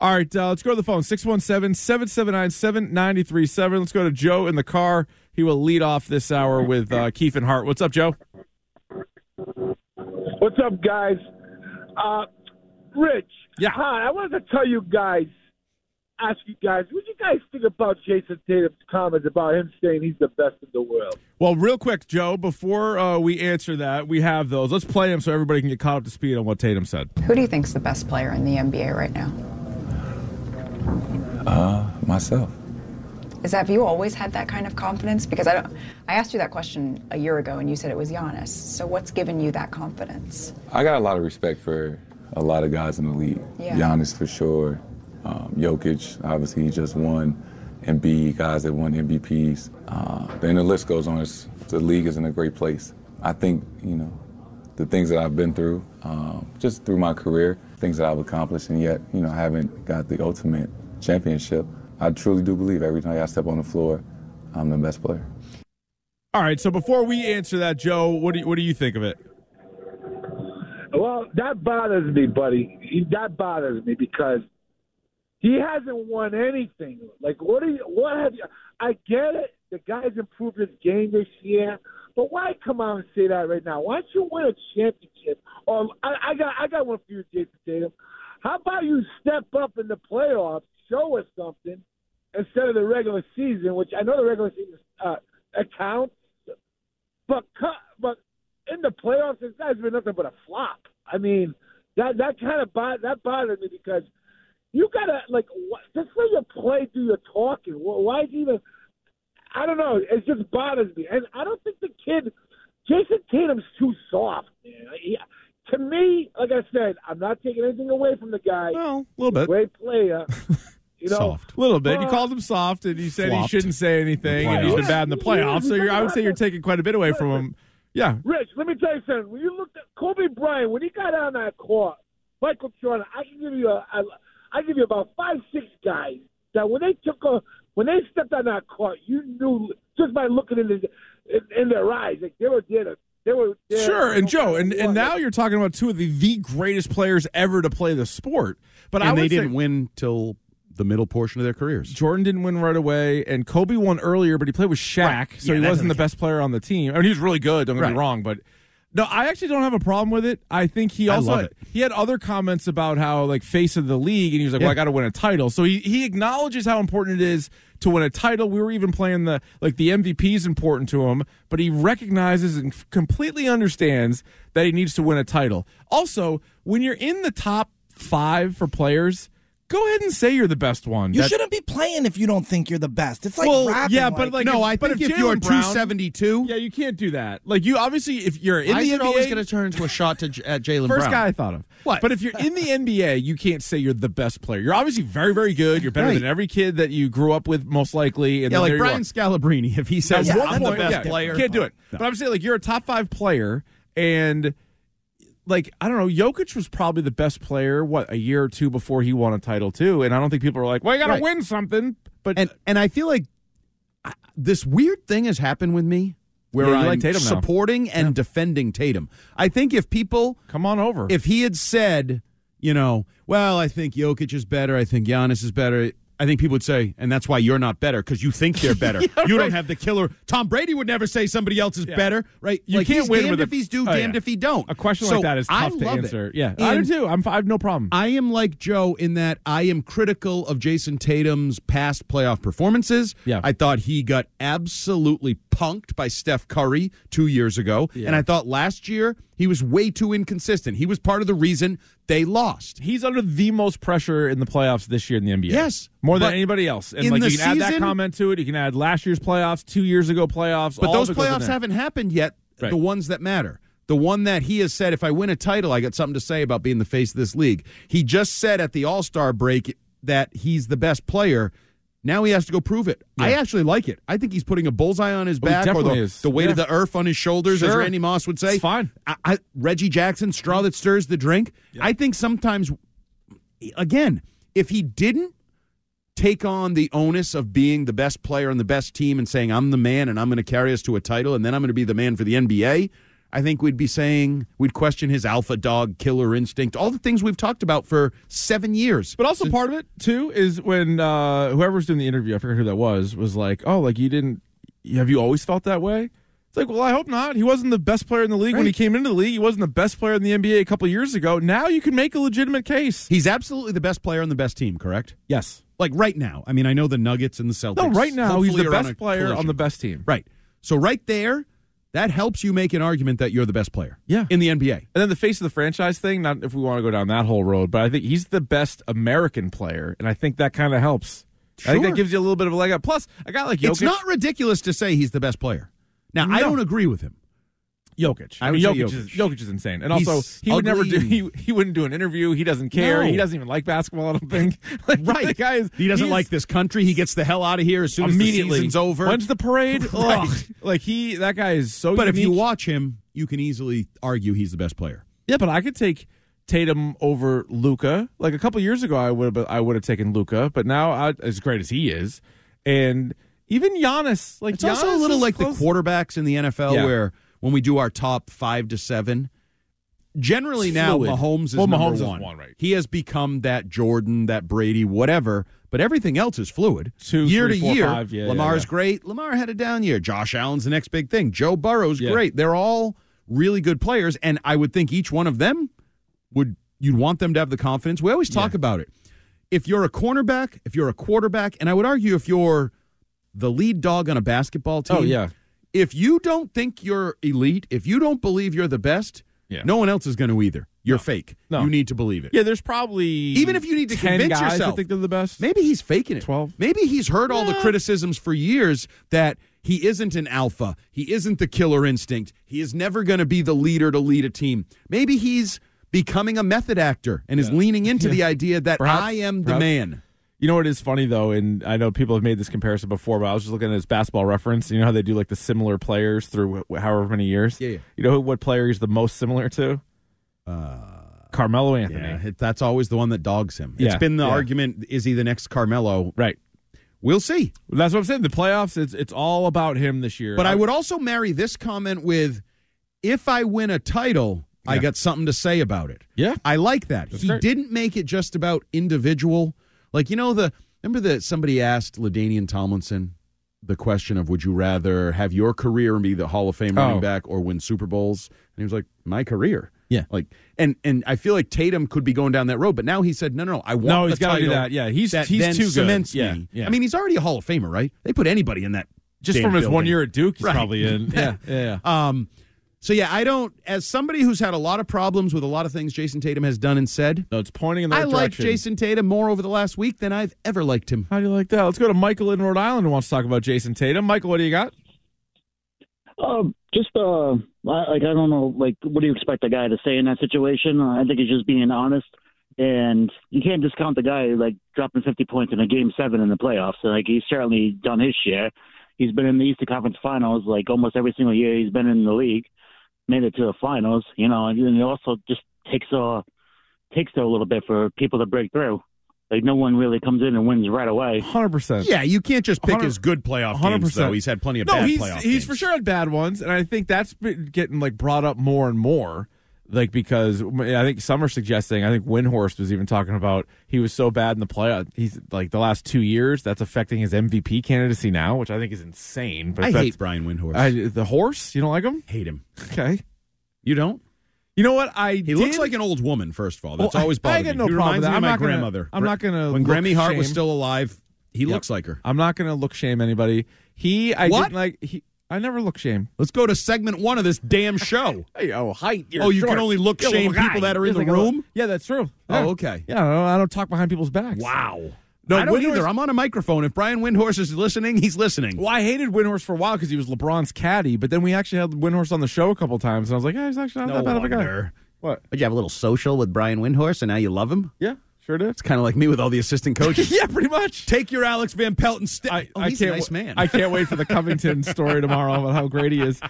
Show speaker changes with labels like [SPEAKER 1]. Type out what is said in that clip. [SPEAKER 1] All right, uh, let's go to the phone 617 779 7937. Let's go to Joe in the car. He will lead off this hour with uh, Keith and Hart. What's up, Joe?
[SPEAKER 2] What's up, guys? Uh, Rich.
[SPEAKER 1] Yeah.
[SPEAKER 2] Hi, I wanted to tell you guys, ask you guys, what do you guys think about Jason Tatum's comments about him saying he's the best in the world?
[SPEAKER 1] Well, real quick, Joe, before uh, we answer that, we have those. Let's play them so everybody can get caught up to speed on what Tatum said.
[SPEAKER 3] Who do you think's the best player in the NBA right now?
[SPEAKER 4] Myself.
[SPEAKER 3] Is that have you always had that kind of confidence? Because I don't. I asked you that question a year ago, and you said it was Giannis. So what's given you that confidence?
[SPEAKER 4] I got a lot of respect for a lot of guys in the league.
[SPEAKER 3] Yeah.
[SPEAKER 4] Giannis for sure. Um, Jokic, obviously he just won. And B guys that won MVPs. Uh, then the list goes on. It's, the league is in a great place. I think you know the things that I've been through, um, just through my career, things that I've accomplished, and yet you know I haven't got the ultimate championship. I truly do believe every time I step on the floor, I'm the best player.
[SPEAKER 1] All right, so before we answer that, Joe, what do you, what do you think of it?
[SPEAKER 2] Well, that bothers me, buddy. That bothers me because he hasn't won anything. Like, what do you? What have you? I get it. The guy's improved his game this year, but why come out and say that right now? Why don't you win a championship? Or I, I got, I got one for you, Jason Tatum. How about you step up in the playoffs, show us something instead of the regular season, which I know the regular season uh, accounts, but co- but in the playoffs, this guy's been nothing but a flop. I mean, that that kind of bo- that bothered me because you gotta like what, just let your play do your talking. Wh- Why is he even? I don't know. It just bothers me, and I don't think the kid Jason Tatum's too soft. Man. He, to me, like I said, I'm not taking anything away from the guy.
[SPEAKER 1] Well, a little bit.
[SPEAKER 2] Great player. You know,
[SPEAKER 5] Soft.
[SPEAKER 1] A little bit. You
[SPEAKER 2] Uh,
[SPEAKER 1] called him soft, and you said he
[SPEAKER 5] Flopped.
[SPEAKER 1] shouldn't say anything, and he's been
[SPEAKER 2] playoffs.
[SPEAKER 1] bad in the playoffs. So you're, I would say you're taking quite a bit away from him. Yeah,
[SPEAKER 2] Rich, let me tell you something. When you looked at Kobe Bryant, when he got on that court, Michael Jordan, I can give you a, I, I give you about five, six guys that when they took a, when they stepped on that court, you knew just by looking in, the, in, in their eyes, like they were there. to- They were there
[SPEAKER 1] Sure, and Joe, and, and now you're talking about two of the, the greatest players ever to play the sport. But I
[SPEAKER 5] and
[SPEAKER 1] would
[SPEAKER 5] they
[SPEAKER 1] say
[SPEAKER 5] didn't win till the middle portion of their careers.
[SPEAKER 1] Jordan didn't win right away, and Kobe won earlier, but he played with Shaq, so
[SPEAKER 5] Yeah,
[SPEAKER 1] he wasn't
[SPEAKER 5] that doesn't
[SPEAKER 1] the best player on the team. I mean, he was really good. Don't get
[SPEAKER 5] Right.
[SPEAKER 1] me wrong, but no, I actually don't have a problem with it. I think he
[SPEAKER 5] I
[SPEAKER 1] also
[SPEAKER 5] love it.
[SPEAKER 1] he had other comments about how like face of the league, and he was like, "Well,
[SPEAKER 5] Yeah.
[SPEAKER 1] I got to win a title." So he he acknowledges how important it is to win a title. We were even playing the like the MVP is important to him, but he recognizes and f- completely understands that he needs to win a title. Also, when you're in the top five for players. Go ahead and say you're the best one.
[SPEAKER 6] You
[SPEAKER 1] That-
[SPEAKER 6] shouldn't be playing if you don't think you're the best. It's like
[SPEAKER 1] Well,
[SPEAKER 6] rapping.
[SPEAKER 1] yeah, but like
[SPEAKER 5] no, I
[SPEAKER 1] but
[SPEAKER 5] think
[SPEAKER 1] if
[SPEAKER 5] if, you are
[SPEAKER 1] Jaylen Brown-
[SPEAKER 5] 272,
[SPEAKER 1] Yeah, you can't do that. Like you obviously, if you're in
[SPEAKER 5] I
[SPEAKER 1] the
[SPEAKER 5] is it
[SPEAKER 1] NBA,
[SPEAKER 5] always going to turn into a shot to J-
[SPEAKER 1] uh,
[SPEAKER 5] at Jalen Brown.
[SPEAKER 1] first guy I thought of.
[SPEAKER 5] What?
[SPEAKER 1] But if you're in the NBA, you can't say you're the best player. You're obviously very, very good. You're better
[SPEAKER 5] Right.
[SPEAKER 1] than every kid that you grew up with, most likely. And
[SPEAKER 5] Yeah,
[SPEAKER 1] then
[SPEAKER 5] like
[SPEAKER 1] there you
[SPEAKER 5] Brian
[SPEAKER 1] are.
[SPEAKER 5] Scalabrine, if he says
[SPEAKER 1] At
[SPEAKER 6] Yeah,
[SPEAKER 1] one
[SPEAKER 5] I'm
[SPEAKER 1] point-
[SPEAKER 5] the best
[SPEAKER 1] yeah,
[SPEAKER 5] player,
[SPEAKER 1] Can't do it.
[SPEAKER 5] No.
[SPEAKER 1] But I'm saying like you're a top five player, and like I don't know, Jokic was probably the best player what a year or two before he won a title too. And I don't think people are like, well, you got to
[SPEAKER 5] Right.
[SPEAKER 1] win something. But
[SPEAKER 5] and and I feel like I- this weird thing has happened with me where
[SPEAKER 1] Yeah, you
[SPEAKER 5] I'm
[SPEAKER 1] like Tatum now.
[SPEAKER 5] supporting and defending Tatum. I think if people,
[SPEAKER 1] come on over.
[SPEAKER 5] if he had said, you know, well, I think Jokic is better, I think Giannis is better. I think people would say, and that's why you're not better because you think they're better. you don't have the killer. Tom Brady would never say somebody else is better, right?
[SPEAKER 1] You
[SPEAKER 5] Like,
[SPEAKER 1] can't
[SPEAKER 5] he's
[SPEAKER 1] win
[SPEAKER 5] damned
[SPEAKER 1] with a-
[SPEAKER 5] if he's due,
[SPEAKER 1] oh, yeah.
[SPEAKER 5] damned if he don't.
[SPEAKER 1] a question
[SPEAKER 5] So
[SPEAKER 1] like that is tough
[SPEAKER 5] I
[SPEAKER 1] to
[SPEAKER 5] love it.
[SPEAKER 1] answer. Yeah, I do
[SPEAKER 5] And-
[SPEAKER 1] too. I'm, I have no problem.
[SPEAKER 5] I am like Joe in that I am critical of Jason Tatum's past playoff performances.
[SPEAKER 1] Yeah.
[SPEAKER 5] I thought he got absolutely punked by Steph Curry two years ago. And I thought last year he was way too inconsistent. He was part of the reason they lost.
[SPEAKER 1] He's under the most pressure in the playoffs this year in the NBA.
[SPEAKER 5] Yes,
[SPEAKER 1] more than
[SPEAKER 5] but
[SPEAKER 1] anybody else. And
[SPEAKER 5] in
[SPEAKER 1] like
[SPEAKER 5] the
[SPEAKER 1] you can add that
[SPEAKER 5] season-
[SPEAKER 1] comment to it. You can add last year's playoffs, two years ago playoffs.
[SPEAKER 5] But
[SPEAKER 1] all
[SPEAKER 5] those
[SPEAKER 1] of it goes in
[SPEAKER 5] playoffs
[SPEAKER 1] there.
[SPEAKER 5] haven't happened yet,
[SPEAKER 1] Right.
[SPEAKER 5] the ones that matter. The one that he has said, if I win a title, I got something to say about being the face of this league. He just said at the All Star break that he's the best player. Now he has to go prove it. I actually like it. I think he's putting a bullseye on his
[SPEAKER 1] Oh, he
[SPEAKER 5] back or the,
[SPEAKER 1] definitely is.
[SPEAKER 5] the weight of
[SPEAKER 1] Yeah.
[SPEAKER 5] the earth on his shoulders, as
[SPEAKER 1] Sure.
[SPEAKER 5] Randy Moss would say.
[SPEAKER 1] It's fine.
[SPEAKER 5] I, I, Reggie Jackson, straw that stirs the drink. I think sometimes, again, if he didn't take on the onus of being the best player on the best team and saying I'm the man and I'm going to carry us to a title and then I'm going to be the man for the NBA. I think we'd be saying we'd question his alpha dog killer instinct, all the things we've talked about for seven years.
[SPEAKER 1] But also part of it too is when uh, whoever's doing the interview, I forget who that was, was like, "Oh, like you didn't? Have you always felt that way?" It's like, well, I hope not. He wasn't the best player in the league when he
[SPEAKER 5] Right.
[SPEAKER 1] came into the league. He wasn't the best player in the NBA a couple years ago. Now you can make a legitimate case.
[SPEAKER 5] He's absolutely the best player on the best team, correct?
[SPEAKER 1] Yes.
[SPEAKER 5] Like right now. I mean, I know the Nuggets and the Celtics.
[SPEAKER 1] No, right now he's
[SPEAKER 5] hopefully
[SPEAKER 1] the
[SPEAKER 5] are on
[SPEAKER 1] best
[SPEAKER 5] a
[SPEAKER 1] player on
[SPEAKER 5] collision.
[SPEAKER 1] the best team.
[SPEAKER 5] Right. So right there, that helps you make an argument that you're the best player.
[SPEAKER 1] Yeah.
[SPEAKER 5] In the NBA.
[SPEAKER 1] And then the face of the franchise thing, not if we want to go down that whole road, but I think he's the best American player, and I think that kind of helps. I think
[SPEAKER 5] Sure.
[SPEAKER 1] that gives you a little bit of a leg up. Plus, a guy like Jokic.
[SPEAKER 5] It's not ridiculous to say he's the best player. Now, I
[SPEAKER 1] No.
[SPEAKER 5] don't agree with him.
[SPEAKER 1] Jokic.
[SPEAKER 5] I
[SPEAKER 1] I mean,
[SPEAKER 5] would say
[SPEAKER 1] Jokic, Is,
[SPEAKER 5] Jokic.
[SPEAKER 1] Jokic is insane, and
[SPEAKER 5] He's
[SPEAKER 1] also he would never do.
[SPEAKER 5] ugly.
[SPEAKER 1] He, he wouldn't do an interview. He doesn't care.
[SPEAKER 5] No.
[SPEAKER 1] He doesn't even like basketball. I don't think. Like, The guy is.
[SPEAKER 5] he doesn't
[SPEAKER 1] he's
[SPEAKER 5] like this country. He gets the hell out of here as soon as the
[SPEAKER 1] Immediately,
[SPEAKER 5] season's over.
[SPEAKER 1] When's the parade?
[SPEAKER 5] Right.
[SPEAKER 1] Ugh. Like he, that guy is so.
[SPEAKER 5] but if you
[SPEAKER 1] unique.
[SPEAKER 5] watch him, you can easily argue he's the best player.
[SPEAKER 1] yeah, but I could take Tatum over Luca. Like a couple years ago, I would have. I would have taken Luca, but now, I, as great as he is, and even Giannis, like
[SPEAKER 5] It's
[SPEAKER 1] Giannis
[SPEAKER 5] also a little
[SPEAKER 1] is
[SPEAKER 5] like
[SPEAKER 1] close-
[SPEAKER 5] the quarterbacks in the NFL,
[SPEAKER 1] Yeah.
[SPEAKER 5] where when we do our top five to seven, generally now
[SPEAKER 1] Fluid.
[SPEAKER 5] Mahomes is
[SPEAKER 1] Well,
[SPEAKER 5] number
[SPEAKER 1] Mahomes is
[SPEAKER 5] one.
[SPEAKER 1] one, right.
[SPEAKER 5] He has become that Jordan, that Brady, whatever. But everything else is fluid.
[SPEAKER 1] Two,
[SPEAKER 5] year
[SPEAKER 1] three,
[SPEAKER 5] to
[SPEAKER 1] four,
[SPEAKER 5] year,
[SPEAKER 1] five. Yeah, yeah,
[SPEAKER 5] Lamar's
[SPEAKER 1] yeah.
[SPEAKER 5] great. Lamar had a down year. Josh Allen's the next big thing. Joe Burrow's
[SPEAKER 1] Yeah.
[SPEAKER 5] great. They're all really good players, and I would think each one of them would you'd want them to have the confidence. We always talk about it. If you're a cornerback, if you're a quarterback, and I would argue if you're the lead dog on a basketball team,
[SPEAKER 1] Oh yeah,
[SPEAKER 5] if you don't think you're elite, if you don't believe you're the best,
[SPEAKER 1] Yeah.
[SPEAKER 5] no one else is going to either. You're fake.
[SPEAKER 1] No.
[SPEAKER 5] You need to believe it.
[SPEAKER 1] yeah. There's probably
[SPEAKER 5] Even if you need to
[SPEAKER 1] 10
[SPEAKER 5] convince
[SPEAKER 1] guys
[SPEAKER 5] yourself.
[SPEAKER 1] I think they're the best.
[SPEAKER 5] Maybe he's faking it.
[SPEAKER 1] 12.
[SPEAKER 5] Maybe he's heard all the criticisms for years that he isn't an alpha. He isn't the killer instinct. He is never going to be the leader to lead a team. Maybe he's becoming a method actor and is leaning into the idea that
[SPEAKER 1] Perhaps.
[SPEAKER 5] I am the
[SPEAKER 1] Perhaps.
[SPEAKER 5] man.
[SPEAKER 1] You know what is funny though, and I know people have made this comparison before, but I was just looking at his basketball reference. You know how they do like the similar players through wh- however many years.
[SPEAKER 5] Yeah, yeah.
[SPEAKER 1] You know who- what player he's the most similar to? Uh, Carmelo Anthony.
[SPEAKER 5] Yeah, it- that's always the one that dogs him. It's
[SPEAKER 1] Yeah,
[SPEAKER 5] been the
[SPEAKER 1] yeah.
[SPEAKER 5] argument: is he the next Carmelo?
[SPEAKER 1] Right.
[SPEAKER 5] We'll see.
[SPEAKER 1] Well, that's what I'm saying. The playoffs. It's it's all about him this year.
[SPEAKER 5] But I would also marry this comment with if I win a title, I
[SPEAKER 1] Yeah.
[SPEAKER 5] got something to say about it.
[SPEAKER 1] Yeah.
[SPEAKER 5] I like that. he
[SPEAKER 1] great.
[SPEAKER 5] didn't make it just about individual. Like, you know, the remember that somebody asked Ladanian Tomlinson the question of would you rather have your career and be the Hall of Fame running
[SPEAKER 1] Oh.
[SPEAKER 5] back or win Super Bowls? And he was like, My career.
[SPEAKER 1] Yeah.
[SPEAKER 5] Like and and I feel like Tatum could be going down that road, but now he said, No, no, no I want
[SPEAKER 1] No,
[SPEAKER 5] the
[SPEAKER 1] he's gotta do
[SPEAKER 5] title
[SPEAKER 1] that. Yeah, he's-
[SPEAKER 5] that
[SPEAKER 1] he's
[SPEAKER 5] then
[SPEAKER 1] too good.
[SPEAKER 5] cements
[SPEAKER 1] Yeah,
[SPEAKER 5] me."
[SPEAKER 1] yeah.
[SPEAKER 5] I mean, he's already a Hall of Famer, right? They put anybody in that
[SPEAKER 1] just
[SPEAKER 5] damn
[SPEAKER 1] from his one
[SPEAKER 5] building.
[SPEAKER 1] year at Duke, he's
[SPEAKER 5] Right.
[SPEAKER 1] probably in. Yeah, yeah, yeah.
[SPEAKER 5] Um, so yeah, I don't. As somebody who's had a lot of problems with a lot of things Jason Tatum has done and said,
[SPEAKER 1] no, it's pointing in the
[SPEAKER 5] I
[SPEAKER 1] right
[SPEAKER 5] like
[SPEAKER 1] direction.
[SPEAKER 5] Jason Tatum more over the last week than I've ever liked him.
[SPEAKER 1] How do you like that? Let's go to Michael in Rhode Island who wants to talk about Jason Tatum. Michael, what do you got?
[SPEAKER 7] Um, just uh, I, like I don't know, like what do you expect a guy to say in that situation? Uh, I think he's just being honest, and you can't discount the guy like dropping 50 points in a game seven in the playoffs. So, like he's certainly done his share. He's been in the Eastern Conference Finals like almost every single year he's been in the league, made it to the finals. You know, and it also just takes a takes a little bit for people to break through. Like no one really comes in and wins right away.
[SPEAKER 1] Hundred percent.
[SPEAKER 5] Yeah, you can't just pick
[SPEAKER 1] 100
[SPEAKER 5] his good playoff games
[SPEAKER 1] 100%.
[SPEAKER 5] though. He's had plenty of
[SPEAKER 1] no,
[SPEAKER 5] bad
[SPEAKER 1] he's,
[SPEAKER 5] playoff
[SPEAKER 1] he's
[SPEAKER 5] games.
[SPEAKER 1] for sure had bad ones, and I think that's been getting like brought up more and more. Like because I think some are suggesting, I think Windhorst was even talking about he was so bad in the playoff. He's like the last two years that's affecting his MVP candidacy now, which I think is insane. But
[SPEAKER 5] I
[SPEAKER 1] that's-
[SPEAKER 5] hate Brian Windhorst.
[SPEAKER 1] I,
[SPEAKER 5] I
[SPEAKER 1] the horse. You don't like him?
[SPEAKER 5] hate him.
[SPEAKER 1] Okay.
[SPEAKER 5] You don't?
[SPEAKER 1] You know what? I
[SPEAKER 5] He looks like an old woman. First of all, that's
[SPEAKER 1] Well, I-
[SPEAKER 5] always bothered
[SPEAKER 1] I got
[SPEAKER 5] me.
[SPEAKER 1] no
[SPEAKER 5] he
[SPEAKER 1] problem with
[SPEAKER 5] reminds
[SPEAKER 1] that.
[SPEAKER 5] me of
[SPEAKER 1] I'm
[SPEAKER 5] my
[SPEAKER 1] not gonna-
[SPEAKER 5] grandmother.
[SPEAKER 1] I'm not gonna
[SPEAKER 5] When
[SPEAKER 1] look
[SPEAKER 5] Grammy Hart was
[SPEAKER 1] shame.
[SPEAKER 5] still alive, he looks like her.
[SPEAKER 1] I'm not gonna look shame anybody. He I
[SPEAKER 5] What?
[SPEAKER 1] didn't like. He I never look shame.
[SPEAKER 5] Let's go to segment one of this damn show.
[SPEAKER 1] Hey, oh height.
[SPEAKER 5] oh, you can only look shame people that are in the room.
[SPEAKER 1] yeah, that's true.
[SPEAKER 5] Oh,
[SPEAKER 1] Yeah.
[SPEAKER 5] okay.
[SPEAKER 1] Yeah, I don't, I don't talk behind people's backs.
[SPEAKER 5] Wow. No, I
[SPEAKER 1] I don't
[SPEAKER 5] don't either.
[SPEAKER 1] Windhorst-
[SPEAKER 5] I'm on a microphone. If Brian Windhorse is listening, he's listening.
[SPEAKER 1] Well, I hated Windhorse for a while because he was LeBron's caddy, but then we actually had Windhorse on the show a couple times, and I was like, yeah, he's actually not that bad of a guy. What?
[SPEAKER 5] But you have a little social with Brian Windhorse, and now you love him.
[SPEAKER 1] Yeah, sure did.
[SPEAKER 5] It's kind of like me with all the assistant coaches.
[SPEAKER 1] yeah, pretty much.
[SPEAKER 5] Take your Alex Van Pelton. St-
[SPEAKER 1] I,
[SPEAKER 5] oh,
[SPEAKER 1] I
[SPEAKER 5] he's
[SPEAKER 1] can't
[SPEAKER 5] a nice
[SPEAKER 1] wa-
[SPEAKER 5] man.
[SPEAKER 1] I can't wait for the Covington story tomorrow about how great he is.